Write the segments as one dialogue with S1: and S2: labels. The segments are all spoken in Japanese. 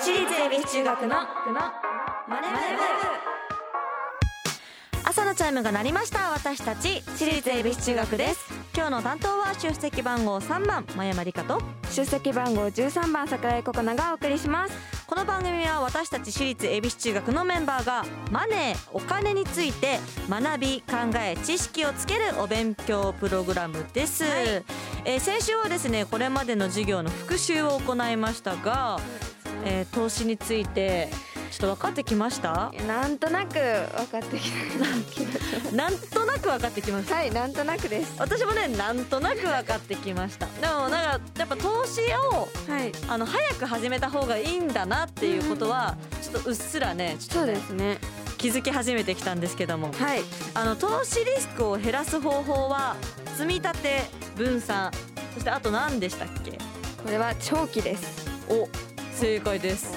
S1: 私立恵比寿中学のマネ
S2: 朝のチャイムが鳴りました私たち
S1: 私立恵比寿中学です
S2: 今日の担当は出席番号3番真山理香と
S1: 出席番号13番桜井ココナがお送りします
S2: この番組は私たち私立恵比寿中学のメンバーがマネーお金について学び考え知識をつけるお勉強プログラムです、えー先週はですねこれまでの授業の復習を行いましたが、えー投資についてちょっと分かってきました
S1: いやなんとなく分かってき
S2: なんとなく分かってきま した
S1: たはいなんとなくです
S2: 私もねなんとなく分かってきましたでもなんかやっぱ投資を
S1: はい
S2: あの早く始めた方がいいんだなっていうことはちょっとうっすらねちょ
S1: そ
S2: っと
S1: うで
S2: ね
S1: すね
S2: 気づき始めてきたんですけども
S1: はい
S2: あの投資リスクを減らす方法は積み立て分散そしてあと何でしたっけ
S1: これは長期です
S2: お正解です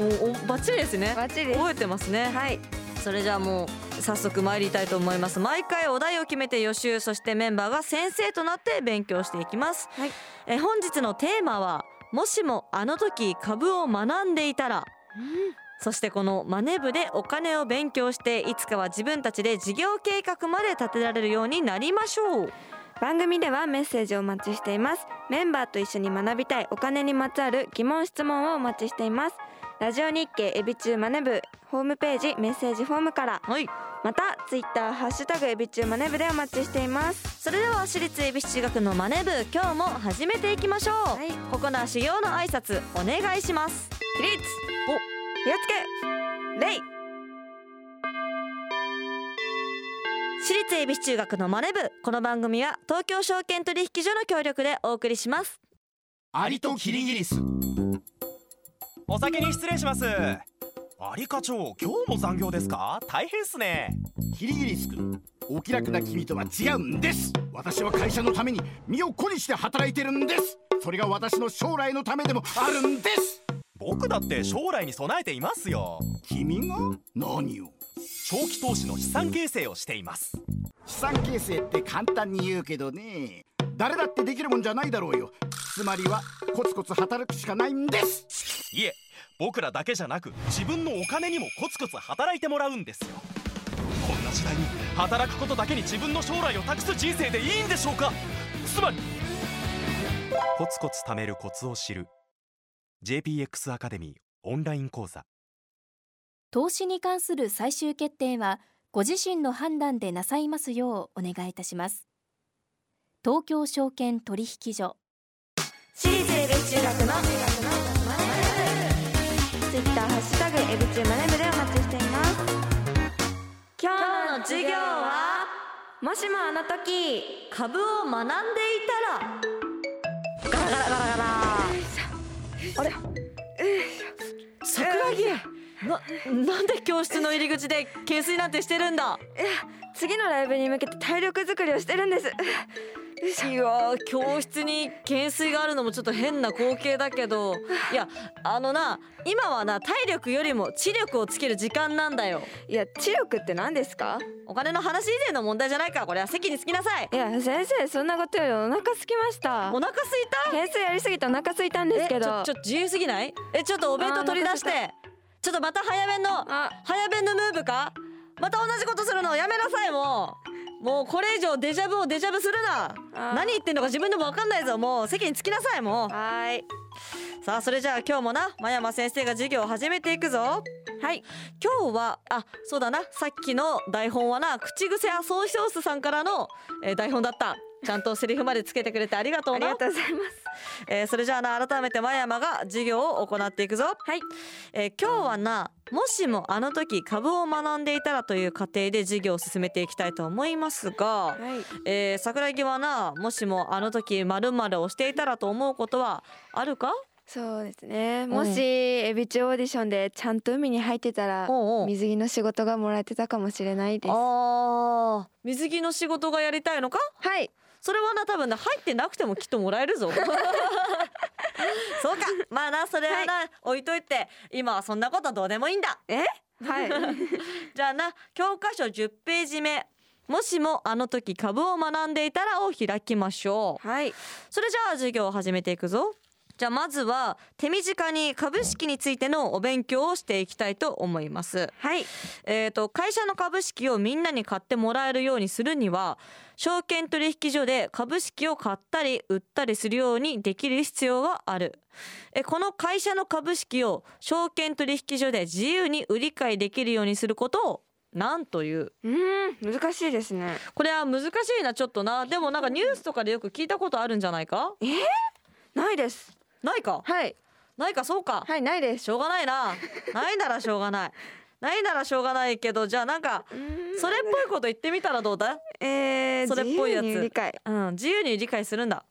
S2: おおバッチリですね
S1: バッチリです
S2: 覚えてますねはいそれじゃあもう早速参りたいと思います毎回お題を決めて予習そしてメンバーが先生となって勉強していきます
S1: はい
S2: え本日のテーマはもしもあの時株を学んでいたらそしてこのマネ部でお金を勉強していつかは自分たちで事業計画まで立てられるようになりましょう
S1: 番組ではメッセージをお待ちしていますメンバーと一緒に学びたいお金にまつわる疑問質問をお待ちしていますラジオ日経エビ中マネ部ホームページメッセージフォームから
S2: はい
S1: またツイッターハッシュタグエビ中マネ部でお待ちしています
S2: それでは私立恵比寿中学のマネ部今日も始めていきましょう、
S1: はい
S2: ここな修行の挨拶お願いします
S1: 起立気をつけ礼
S2: 私立恵比寿中学のマネ部この番組は東京証券取引所の協力でお送りします
S3: アリとキリギリス
S4: お先に失礼しますアリ課長今日も残業ですか大変っすね
S3: キリギリス君お気楽な君とは違うんです私は会社のために身を粉にして働いてるんですそれが私の将来のためでもあるんです
S4: 僕だって将来に備えていますよ
S3: 君が何を
S4: 長期投資の資産形成をしています
S3: 資産形成って簡単に言うけどね誰だってできるもんじゃないだろうよつまりはコツコツ働くしかないんです
S4: いえ僕らだけじゃなく自分のお金にもコツコツ働いてもらうんですよこんな時代に働くことだけに自分の将来を託す人生でいいんでしょうかつまりコツコツ貯めるコツを知る JPX アカデミーオンライン講座
S5: 投資に関する最終決定はご自身の判断でなさいますようお願いいたします東京証券取引所
S1: 私立エビ中学のマネ部ツイッターハッシュタグエビ中マネ部でお待ちしています今
S2: 今日の授業は
S1: もしもあの時
S2: 株を学んでいたらガラガラガラガラ桜木ななんで教室の入り口で懸垂なんてしてるんだ
S1: 次のライブに向けて体力作りをしてるんです
S2: いやー教室に懸垂があるのもちょっと変な光景だけどいやあのな今はな体力よりも知力をつける時間なんだよ
S1: いや知力って何ですか
S2: お金の話以前の問題じゃないからこれは席に着きなさい
S1: いや先生そんなことよりお腹空きました
S2: お腹すいた
S1: 点数やりすぎてお腹空いたんですけど
S2: えちょちょっと自由すぎないえちょっとお弁当取り出して
S1: あー
S2: ちょっとまた早弁の
S1: あ
S2: 早弁のムーブかまた同じことするのやめなさいもうもうこれ以上デジャブをデジャブする
S1: あ
S2: な
S1: ー
S2: 何言ってんのか自分でも分かんないぞもう席に着きなさいもう
S1: はーい
S2: さあそれじゃあ今日もな真山先生が授業を始めていくぞ
S1: はい
S2: 今日はあそうだなさっきの台本はな口癖アソーショースさんからの、えー台本だったちゃんとセリフまでつけてくれてありがと
S1: あ
S2: う
S1: りが
S2: な
S1: とうございます
S2: えーそれじゃあな改めて真山が授業を行っていくぞ
S1: はい
S2: えー今日はなもしもあの時株を学んでいたらという過程で授業を進めていきたいと思います が、
S1: はい
S2: えー桜木はなもしもあの時まるまるをしていたらと思うことはあるか
S1: そうですねもしエビ中オーディションでちゃんと海に入ってたら
S2: おうおう
S1: 水着の仕事がもらえてたかもしれないですは
S2: あー水着の仕事がやりたいのか
S1: い
S2: それはな多分な入ってなくてもきっともらえ るぞそうかまあなそれはな、置いといて今はそんなことどうでもいいんだ
S1: はい
S2: じゃあな教科書10ページ目もしもあの時株を学んでいたらを開きましょう
S1: はい
S2: それじゃあ授業を始めていくぞじゃあまずは手短に株式についてのお勉強をしていきたいと思います。
S1: はい
S2: えー、と会社の株式をみんなに買ってもらえるようにするには証券取引所で株式を買ったり売ったりするようにできる必要があるえこの会社の株式を証券取引所で自由に売り買いできるようにすることをなんという
S1: うーん難しいですね
S2: これは難しいなちょっとなでもなんかニュースとかでよく聞いたことあるんじゃないか
S1: ないです
S2: ないか
S1: はい
S2: ないかそうか
S1: はいないです
S2: しょうがないなないならしょうがないないならしょうがないけどじゃあなんか
S1: うーん
S2: それっぽいこと言ってみたらどうだ
S1: えー、
S2: それっぽいやつ
S1: 自由に理解
S2: うん、自由に理解するんだ。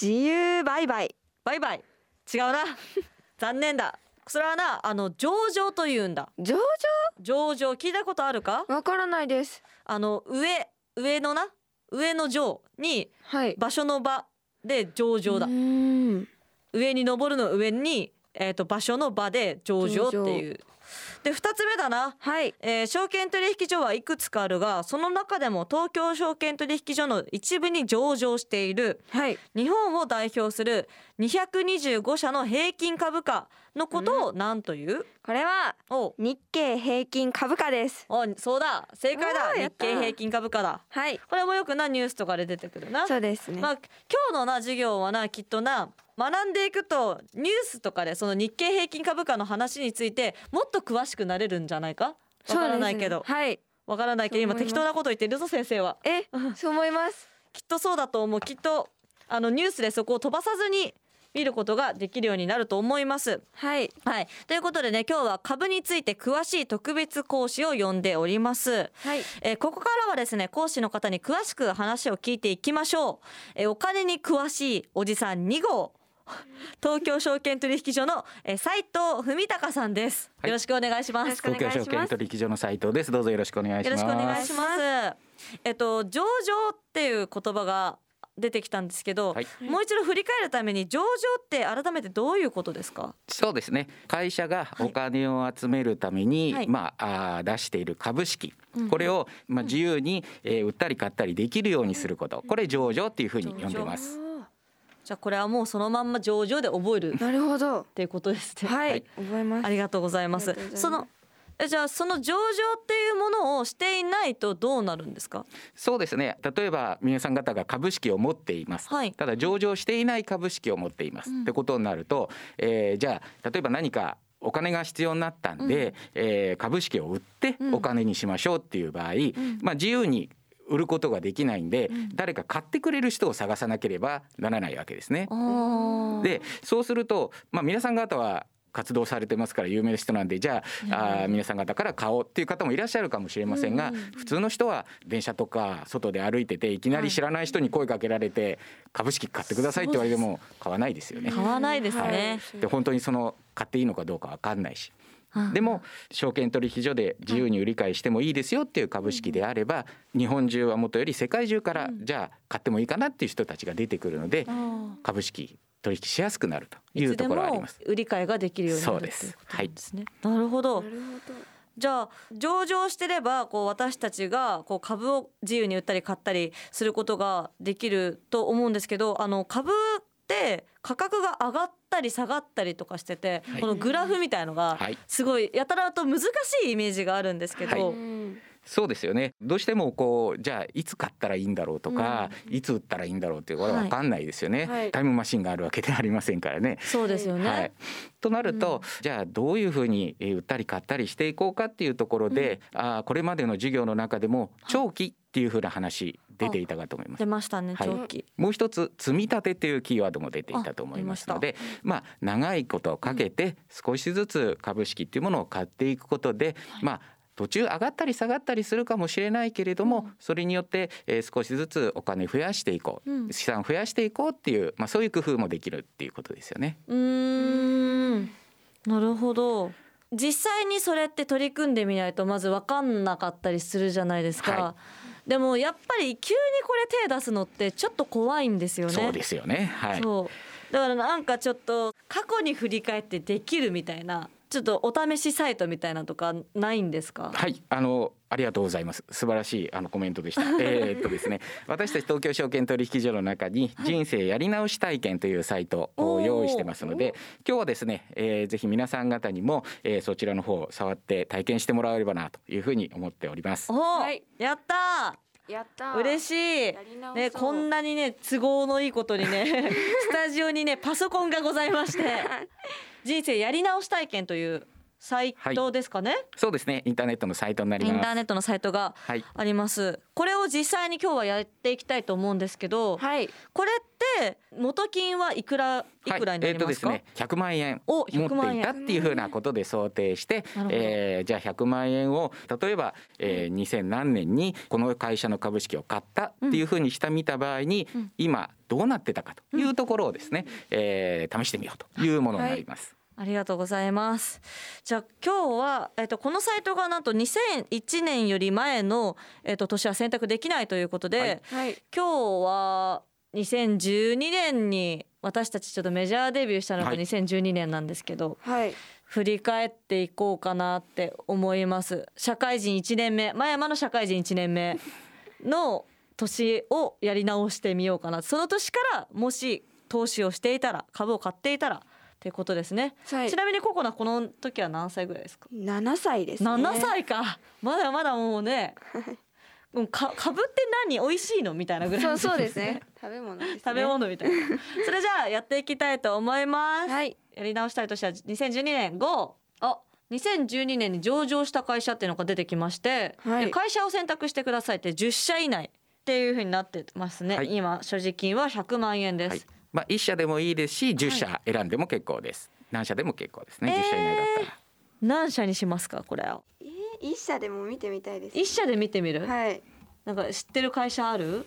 S1: 自由売買
S2: バイバイ。違うな。 残念だ。それはな、あの上場というんだ。
S1: 上
S2: 上場聞いたことあるか？
S1: 場わからないです
S2: あの上上のな上の上に
S1: はい
S2: 場所の場で上場だ
S1: う。ーん
S2: 上に登るの上にえっ、と場所の場で上場っていう。で二つ目だな。
S1: はい
S2: えー証券取引所はいくつかあるがその中でも東京証券取引所の一部に上場している
S1: はい
S2: 日本を代表する225社の平均株価のことを何という、
S1: これは
S2: お
S1: 日経平均株価です
S2: おそうだ正解だ
S1: おーや
S2: 日
S1: った
S2: 経平均株価だ
S1: はい
S2: これもよくなニュースとかで出てくるな、
S1: そうですね、
S2: まあ今日のな授業はなきっとな学んでいくとニュースとかでその日経平均株価の話についてもっと詳しくなれるんじゃないかわからないけ
S1: そう
S2: ど
S1: ですねはい
S2: わからないけど今
S1: そう思い
S2: 適
S1: ます
S2: 当なこと言ってるぞ先生は
S1: えそう思います
S2: きっとそうだと思うきっとあのニュースでそこを飛ばさずに見ることができるようになると思います
S1: はい
S2: はい、ということでね今日は株について詳しい特別講師を呼んでおります。
S1: はい
S2: えーここからはですね講師の方に詳しく話を聞いていきましょう。えーお金に詳しいおじさん2号東京証券取引所のえー斉藤文隆さんです。
S6: はい
S2: よろしくお願いしま
S1: よろし
S2: す
S1: く。お願いします
S6: 東京証券取引所の斉藤です。どうぞよろしくお願いし
S2: よろ
S6: ます。
S2: しくお願いします。えっと上場っていう言葉が出てきたんですけど、
S6: はい
S2: もう一度振り返るために上場って改めてどういうことですか？
S6: そうですね。会社がお金を集めるために、
S2: はい
S6: まああー出している株式、これをまあ自由に、えー売ったり買ったりできるようにすること、これ上場っていうふうに呼んでます。
S2: じゃあこれはもうそのまんま上場で覚える
S1: なるほど
S2: っていうことですね。
S1: はい、
S6: はい
S1: 覚えます
S2: ありがとうございます
S1: ありがとう。ご
S2: そ
S1: ざいます
S2: のえじゃあその上場っていうものをしていないとどうなるんですか。
S6: そうですね。例えば皆さん方が株式を持っています。
S2: はい
S6: ただ上場していない株式を持っています、ってことになると、えーじゃあ例えば何かお金が必要になったんで、えー株式を売って
S2: うん
S6: お金にしましょうっていう場合、まあ自由に売ることができないんで、誰か買ってくれる人を探さなければならないわけですね。
S2: あ
S6: でそうすると、まあ、皆さん方は活動されてますから有名な人なんでじゃあ,、あー皆さん方から買おうっていう方もいらっしゃるかもしれませんが、普通の人は電車とか外で歩いてていきなり知らない人に声かけられて、株式買ってくださいって言われても買わないですよね。
S2: 買わないですね。
S6: で本当にその買っていいのかどうかわかんないし。でも証券取引所で自由に売り買いしてもいいですよっていう株式であれば日本中はもとより世界中からじゃあ買ってもいいかなっていう人たちが出てくるので
S2: あ
S6: 株式取引しやすくなるとい
S2: ー
S6: うところはありま
S2: い
S6: す
S2: つ。でも売り買いができるようになる
S6: そうです
S2: っていことなんですね。なるほど。じゃあ上場してればこう私たちがこう株を自由に売ったり買ったりすることができると思うんですけどあの株って価格が上がったり下がったりとかしてて、
S6: はい
S2: このグラフみたいのが
S6: はい
S2: すごいやたらと難しいイメージがあるんですけど、
S6: はそうですよね。どうしてもこうじゃあいつ買ったらいいんだろうとか、いつ売ったらいいんだろうっていうこれはわかんないですよね、
S1: はい
S6: タイムマシンがあるわけではありませんからね。
S2: そうですよね。
S6: はい、となると、じゃあどういうふうにえー売ったり買ったりしていこうかっていうところで、あーこれまでの授業の中でも長期っていうふうな話出ていたかと思います
S2: 出。ましたね
S6: はい
S2: 長期、
S6: もう一つ積み立てというキーワードも出ていたと思いますのでまあ長いことをかけて少しずつ株式っていうものを買っていくことで、まあ途中上がったり下がったりするかもしれないけれども、それによって、えー少しずつお金増やしていこう、
S2: うん
S6: 資産増やしていこうっていう、まあ、そういう工夫もできるっていうことですよね。
S2: うーんなるほど実際にそれって取り組んでみないとまず分かんなかったりするじゃないですか、
S6: は
S2: でもやっぱり急にこれ手出すのってちょっと怖いんですよね
S6: そうですよね、はい
S2: そうだからなんかちょっと過去に振り返ってできるみたいなちょっとお試しサイトみたいなのとかないんですか。
S6: はい、あのありがとうございます。素晴らしいあのコメントで した。えーっとですね、私たち東京証券取引所の中に人生やり直し体験というサイト
S2: お
S6: を
S2: ー
S6: 用意してますので、今日はですね、えーぜひ皆さん方にも、えーそちらの方を触って体験してもらえればなというふうに思っております
S2: お。
S1: はい
S2: お、やった
S1: やった
S2: ー。嬉
S1: し
S2: しい。ね、こん
S1: な
S2: なにね都合のいいことに ねスタジオにねパソコンがございまして人生やり直し体験というサイトですかね、
S6: そうですね、インターネットのサイトになり
S2: イン
S6: ま
S2: ター
S6: す。
S2: ネットのサイトが
S6: はい。
S2: ありますこれを実際に今日はやっていきたいと思うんですけど、
S1: はい
S2: これって元金はいくらいくらになりますか、
S6: はいえーとですね、100万円
S2: お
S6: 持って
S2: 100万円
S6: いたっていうふうなことで想定して
S2: なるほど、
S6: えーじゃあ100万円を例えば、えー、2000何年にこの会社の株式を買ったっていうふうにした見た場合に、今どうなってたかというところをですね、えー試してみようというものになります。
S2: ありがとうございますじゃあ今日は、えっとこのサイトがなんと2001年より前の、えっと年は選択できないということで、
S6: は
S1: は
S6: い
S1: い
S2: 今日は2012年に私たちちょっとメジャーデビューしたのが
S6: はい
S2: 2012年なんですけど、
S1: はい
S2: 振り返っていこうかなって思います社会人1年目真山の社会人1年目の年をやり直してみようかなその年からもし投資をしていたら株を買っていたらっていうことですね、
S1: はい
S2: ちなみにココナこの時は何歳ぐらいですか
S1: 7歳ですね
S2: 7歳かまだまだもう ねもうか株って何美味しいのみたいなぐらい
S1: そ
S2: の
S1: うそうですね 食べ物ですね
S2: 食べ物みたいな。それじゃあやっていきたいと思います。
S1: はい
S2: やり直したいとしては2012年5。あ2012年に上場した会社っていうのが出てきまして、
S1: はい
S2: で会社を選択してくださいって10社以内っていうふうになってますね、
S6: はい
S2: 今所持金は100万円です、
S6: はいまあ、1社でもいいですし10社選んでも結構です。何社でも結構ですね。
S2: えー
S6: 10社以内だったら。
S2: 何社にしますかこれを
S1: えー一社でも見てみたいです
S2: 1社で見てみる、
S1: はい
S2: なんか知ってる会社ある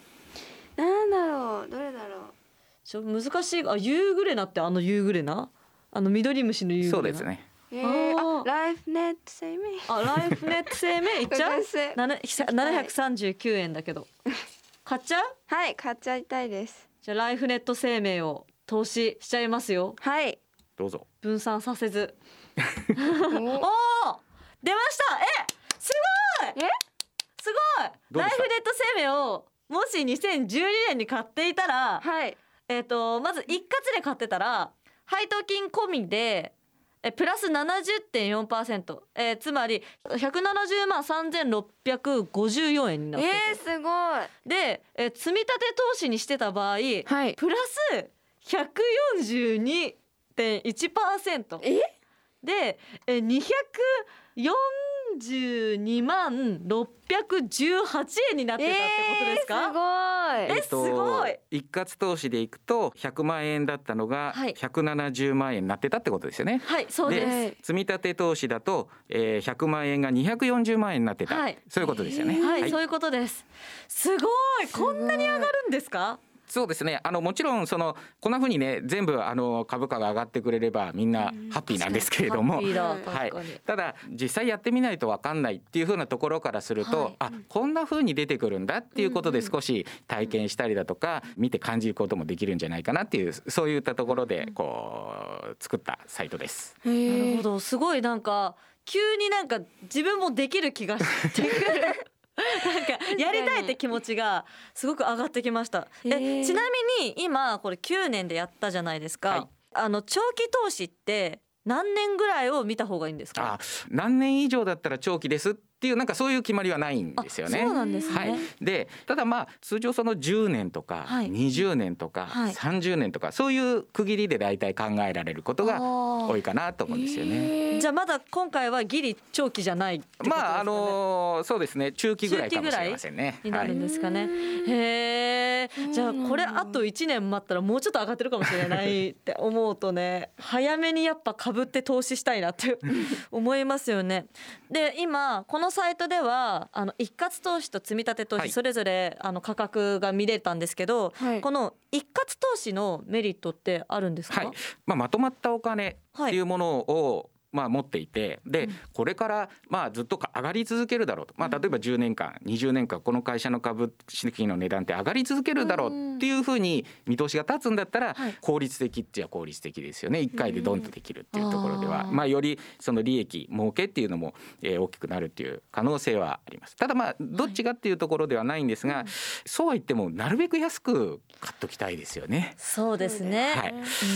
S1: なんだろうどれだろう
S2: ちょ難しいあユーグレナってあのユーグレナあの緑虫のユーグレナ
S6: そうですね。
S1: えー、
S2: あー
S1: あライフネット生命
S2: あライフネット生命いっちゃう
S1: ごめんなさい
S2: 739円だけ ど買っちゃう
S1: はい買っちゃいたいです
S2: じゃあライフネット生命を投資しちゃいますよ
S1: はい
S6: どうぞ。
S2: 分散させず
S1: お
S2: おー出ましたえすごい
S1: え
S2: すご
S6: ど
S2: いうラ
S6: で
S2: イフ
S6: した
S2: ネット生命をもし2012年に買っていたら、
S1: はい
S2: えっ、とまず一括で買ってたら配当金込みでえプラス70.4%、えー、つまり170万3654円に
S1: え
S2: なってる
S1: ー、すごい
S2: で、えー積み立て投資にしてた場合、
S1: はい
S2: プラス142.1%
S1: え
S2: で、えー、242万618円になってたってことですか、
S1: えー、すごい
S2: えすごい
S6: 一括投資でいくと100万円だったのが
S2: はい
S6: 170万円になってたってことですよね。
S2: はいそうです、
S1: ね
S6: 積み立て投資だと、えー、100万円が240万円になってた、
S2: はい
S6: そういうことですよね。
S2: はい、
S6: はい
S2: そういうことですすごいこんなに上がるんですか
S6: そうですね。あのもちろんそのこんな風にね全部あの株価が上がってくれればみんなハッピーなんですけれども
S2: ハッピ。ーだ
S1: はい
S2: 確かに、
S6: ただ実際やってみないとわかんないっていう風なところからすると、
S2: はい
S6: あこんな風に出てくるんだっていうことで少し体験したりだとか見て感じることもできるんじゃないかなっていうそういったところでこう作ったサイトです。
S1: えー
S2: なるほどすごいなんか急になんか自分もできる気がして くるなんかやりたいって気持ちがすごく上がってきました
S1: へー
S2: えちなみに今これ9年でやったじゃないですか、
S6: はい
S2: あの長期投資って何年ぐらいを見た方がいいんですか
S6: あ何年以上だったら長期ですっていうなんかそういう決まりはないんですよね。
S2: そうなんですね、
S6: はい、でただまあ通常その10年とか
S2: はい
S6: 20年とか
S2: はい
S6: 30年とかそういう区切りで大体考えられることが多いかなと思うんですよね。
S2: じゃあまだ今回はギリ長期じゃないってことですかね、
S6: まああのーそうですね中期ぐらいかもしれませんね。
S2: になるんですかね。へえ。じゃあこれあと1年待ったらもうちょっと上がってるかもしれないって思うとね、早めにやっぱ株って投資したいなって思いますよね。で今このサイトではあの一括投資と積立投
S6: は
S2: 資
S6: い
S2: それぞれあの価格が見れたんですけど、
S1: はい
S2: この一括投資のメリットってあるんです
S6: は
S2: か？
S6: い、まあ、まとまったお金っていうものを、まあ、持っていてでこれからまあずっと上がり続けるだろうと、まあ、例えば10年間20年間この会社の株式の値段って上がり続けるだろうっていうふうに見通しが立つんだったら
S5: はい
S6: 効率的っちゃ効率的ですよね1回でドンとできるっていうところでは、
S5: うんあー
S6: まあ、よりその利益儲けっていうのも、えー大きくなるっていう可能性はあります。ただまあどっちがっていうところではないんですが、そうは言ってもなるべく安く買っときたいですよね。
S2: そうですね。
S6: はい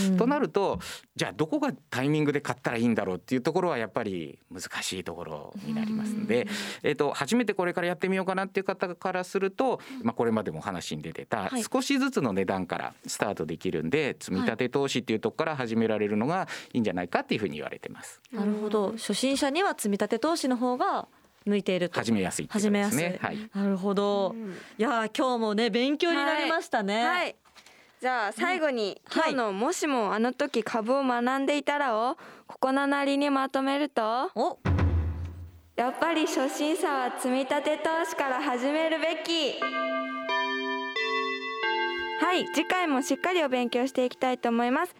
S2: うん
S6: となるとじゃあどこがタイミングで買ったらいいんだろうっていうところはやっぱり難しいところになりますので、えっと初めてこれからやってみようかなっていう方からすると、まあ、これまでもお話に出てた
S2: はい
S6: 少しずつの値段からスタートできるんで積み立て投資っていうとこから始められるのがいいんじゃないかっていうふうに言われてます。
S2: なるほど。初心者には積み立て投資の方が向いていると。
S6: 始めやすいっていうことです
S2: 始め
S6: ね。はい
S2: なるほど。いやー今日もね勉強になりましたね。
S1: はい。じゃあ最後に、
S2: はい
S1: 今日のもしもあの時株を学んでいたらをここななりにまとめると
S2: お
S1: やっぱり初心者は積み立て投資から始めるべきはい次回もしっかりお勉強していきたいと思います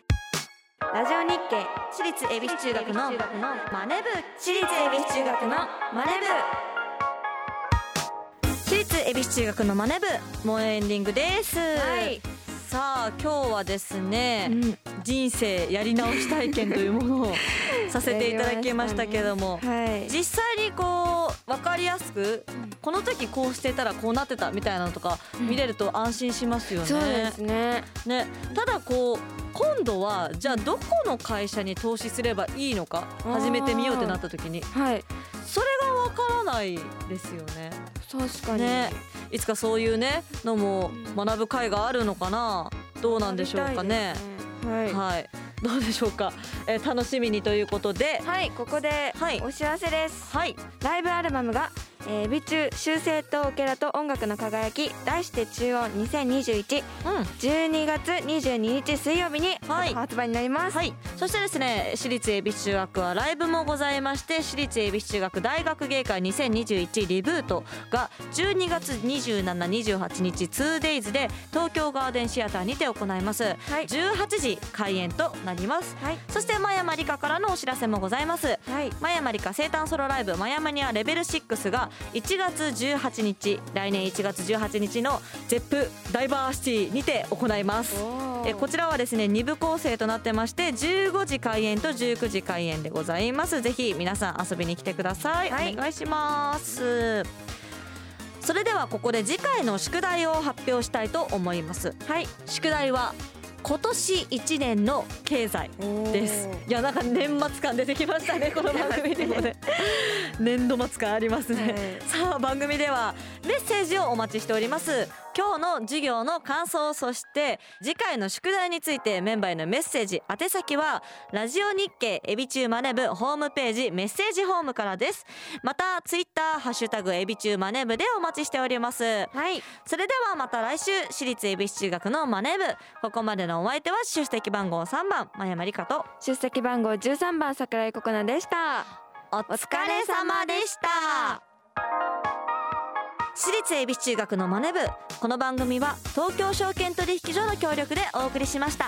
S1: ラジオ日経
S2: 私立恵比寿中学のマネ部
S1: 私立恵比寿中学のマネ部
S2: 私立恵比寿中学のマネ部もうエンディングです。
S1: はい
S2: さあ今日はですね、
S1: うん
S2: 人生やり直し体験というも のをさせていただきましたけども、
S1: はい
S2: 実際にこう分かりやすく、この時こうしてたらこうなってたみたいなのとか見れると安心しますよね。
S1: そうですね
S2: ね、ただこう今度はじゃあどこの会社に投資すればいいのか
S1: あー
S2: 始めてみようってなった時に
S1: はい
S2: それがわからないですよね。
S1: 確かに、
S2: ねいつかそういうねのも学ぶ会があるのかなどうなんでしょうかね。
S1: はい
S2: はい、どうでしょうか、えー楽しみにということで、
S1: はい、ここで
S2: はい
S1: お知らせです、
S2: はい、
S1: ライブアルバムが「えー、美中修正とオケラと音楽の輝き」題して中央2021
S2: うん、
S1: 12月22日水曜日に
S2: はい
S1: 発売になります、
S2: はい、そしてですね、私立恵比寿中学はライブもございまして、私立恵比寿中学大学芸会2021リブートが12月27、28日 2days で東京ガーデンシアターにて行います。
S1: はい
S2: 18時開演となります。
S1: はい
S2: そして真山理香からのお知らせもございます。
S1: はい
S2: マヤマリカ生誕ソロライブ「マヤマニアレベル6」が1月18日来年1月18日の「ゼップダイバーシティ」にて行います
S1: おー
S2: えこちらはですね2部構成となってまして15時開演と19時開演でございますぜひ皆さん遊びに来てください、
S1: はい
S2: お願いしますそれではここで次回の宿題を発表したいと思いますはい宿題は今年1年の経済です
S1: おー
S2: いやなんか年末感出てきましたねこの番組にもね 年度末感ありますね、さあ番組ではメッセージをお待ちしております今日の授業の感想そして次回の宿題についてメンバーへのメッセージ宛先はラジオ日経エビチューマネブホームページメッセージホームからですまたツイッターハッシュタグエビチューマネブでお待ちしております
S1: はい
S2: それではまた来週私立恵比寿中学のマネ部ここまでのお相手は出席番号3番真山理香と
S1: 出席番号13番桜井ココナでした
S2: お疲れ様でした私立恵比寿中学のマネ部この番組は東京証券取引所の協力でお送りしました